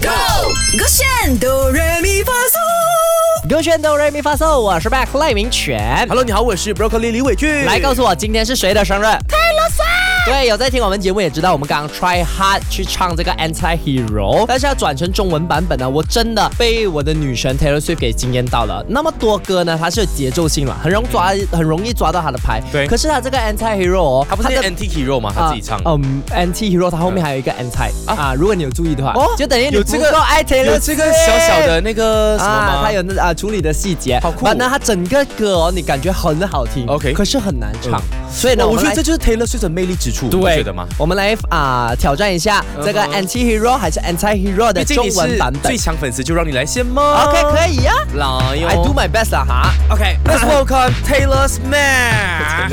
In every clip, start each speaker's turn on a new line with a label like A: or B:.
A: Go，勾选哆来咪发嗦。
B: 勾选哆瑞咪发嗦，我是 Back 赖明全。
C: Hello，你好，我是 Broccoli 李伟俊。
B: 来告诉我今天是谁的生日？Taylor Swift。对，有在听我们节目也知道，我们刚刚 try hard 去唱这个 Anti Hero，但是要转成中文版本啊呢，我真的被我的女神 Taylor Swift 给惊艳到了。那么多歌呢，它是有节奏性嘛，很容易抓，很容易抓到它的拍。
C: 对
B: 可是它这个 Anti Hero 哦，
C: 他不是
B: 的
C: NT Hero 吗？他自己唱。
B: 啊嗯，Anti Hero 它后面还有一个 Anti 啊，如果你有注意的话，
C: 哦
B: 就等于你
C: 有这个
B: 不够爱 Taylor
C: 有这个小小
B: Swift
C: 的那个什么
B: 啊
C: 吗？，
B: 它有那啊处理的细节，
C: 好酷
B: 完了，它整个歌哦，你感觉很好听
C: OK
B: 可是很难唱，
C: 嗯
B: 所以呢，
C: 我
B: 们
C: 觉得
B: 来
C: 这就是 Taylor Swift 的魅力之处，你不
B: 对
C: 觉得吗？
B: 我们来啊、挑战一下这个
C: 嗯哼
B: Anti Hero 还是 Anti Hero 的
C: 毕竟
B: 中
C: 你
B: 文
C: 是
B: 版本
C: 最哦强粉丝，就让你来先吗
B: ？OK，可
C: 以。
B: 以呀、啊
C: 来哟
B: i do my best 啊哈。
C: OK，Let's welcome Taylor Swift。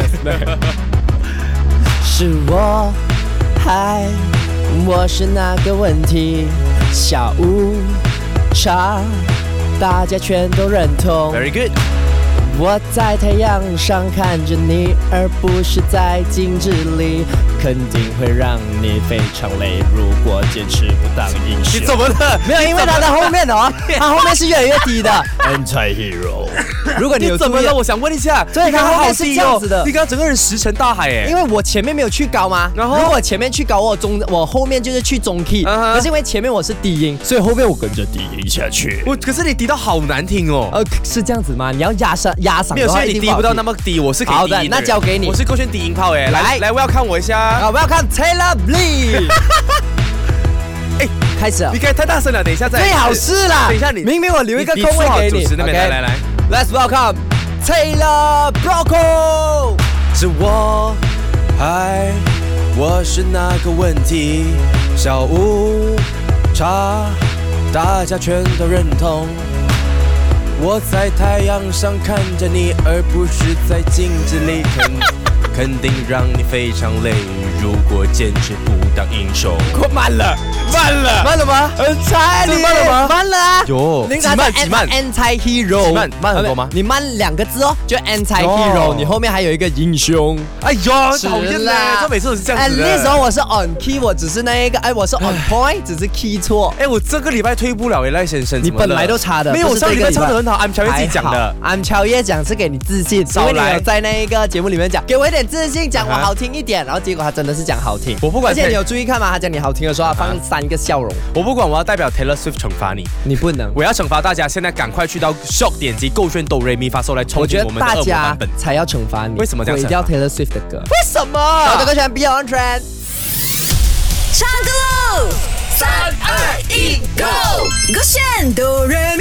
B: 是我，嗨，我是那个问题小巫茶，大家全都认同。
C: Very good。
B: 我在太阳上看着你，而不是在镜子里，肯定会让你非常累。如果坚持不当英
C: 你怎么 了？
B: 没有，因为它的后面哦， 它后面是越来越 低的。
C: 哎 Anti Hero。
B: 如果你有
C: 你怎么
B: 注意
C: 了？我想问一下。
B: 对
C: 你刚刚
B: 他后面
C: 好
B: 是
C: 低
B: 这样
C: 哦
B: 子的
C: 你刚刚整个人石沉大海
B: 因为
C: 哎。
B: 我前面没有去高嘛，
C: 然后
B: 如果我前面去高，我中我后面就是去中 key，、
C: 嗯哼
B: 可是因为前面我是低音，所以后面我跟着低音下去。
C: 我可是你低到好难听哦。
B: 呃，是这样子吗？你要压上压嗓
C: 没
B: 的
C: 有，
B: 话，
C: 所以你低不到
B: 么。
C: 那么低，我是可以
B: 好的
C: 低音
B: 那
C: 人
B: 交给你
C: 我是勾选低音炮哎，
B: 来
C: 来来，我要看我一下
B: 好，。我要看啊 Taylor Lee。哎，开始了
C: 你，该太大声了，等一下再来一
B: 最
C: 次。
B: 好是啦。
C: 等一下你
B: 明明我留一个
C: 你
B: 空
C: 你坐好
B: 位给你
C: 主。持那边
B: OK
C: 来来来
B: ，Let's welcome Taylor Broco。
C: 是我，嗨，我是那个问题小巫茶，大家全都认同。我在太阳上看着你，而不是在镜子里，肯 肯定让你非常累。如果坚持不当英 雄，
B: 快慢了，
C: 慢了，
B: 慢了吗？很差
C: 这
B: 你
C: 慢了吗
B: 慢了啊。
C: 有
B: 你
C: 几
B: 看
C: 慢
B: 它
C: 几慢
B: Anti Hero，
C: 几慢慢很多吗
B: 你慢两个字哦，就 Anti Hero，、
C: 哦
B: 你后面还有一个英雄。
C: 哎呦，讨厌啦！哦这每次都是这样子的。
B: 那时候哦我是 on key，我只是那一个，哎，我是 on point，只是 key 错。
C: 哎，我这个礼拜退步了耶，赖先生。
B: 你
C: 怎么了
B: 本来都差的
C: 没有，
B: 不
C: 我
B: 是
C: 上
B: 这
C: 礼
B: 个
C: 拜
B: 礼拜
C: 唱的很好，I'm 乔自己讲的。
B: 俺乔叶讲是给你自信，因
C: 少
B: 为你
C: 来啊
B: 有在那一个节目里面讲，给我一点自信，讲我
C: 啊哈
B: 好听一点，然后结果他真的是讲好听。
C: 我不管
B: 而且
C: 谁啊
B: 你有注意看吗？他讲你好听的时候，他放三个笑容，
C: 我不管，我要代表 Taylor Swift 惩罚你。
B: 你不能。
C: 我要惩罚大家，现在赶快去到 Shop 点击购券哆瑞咪发嗦来
B: 我
C: 冲击
B: 觉
C: 我
B: 得
C: 们的
B: 大
C: 恶魔
B: 家
C: 版本。
B: 才要惩罚你，
C: 为什么这样
B: 毁
C: 惩罚
B: 掉 Taylor Swift 的歌？
C: 为什
B: 我的
C: 么？
B: 歌选 Beyond Trend。
A: 唱歌喽！三二一，Go！勾选哆来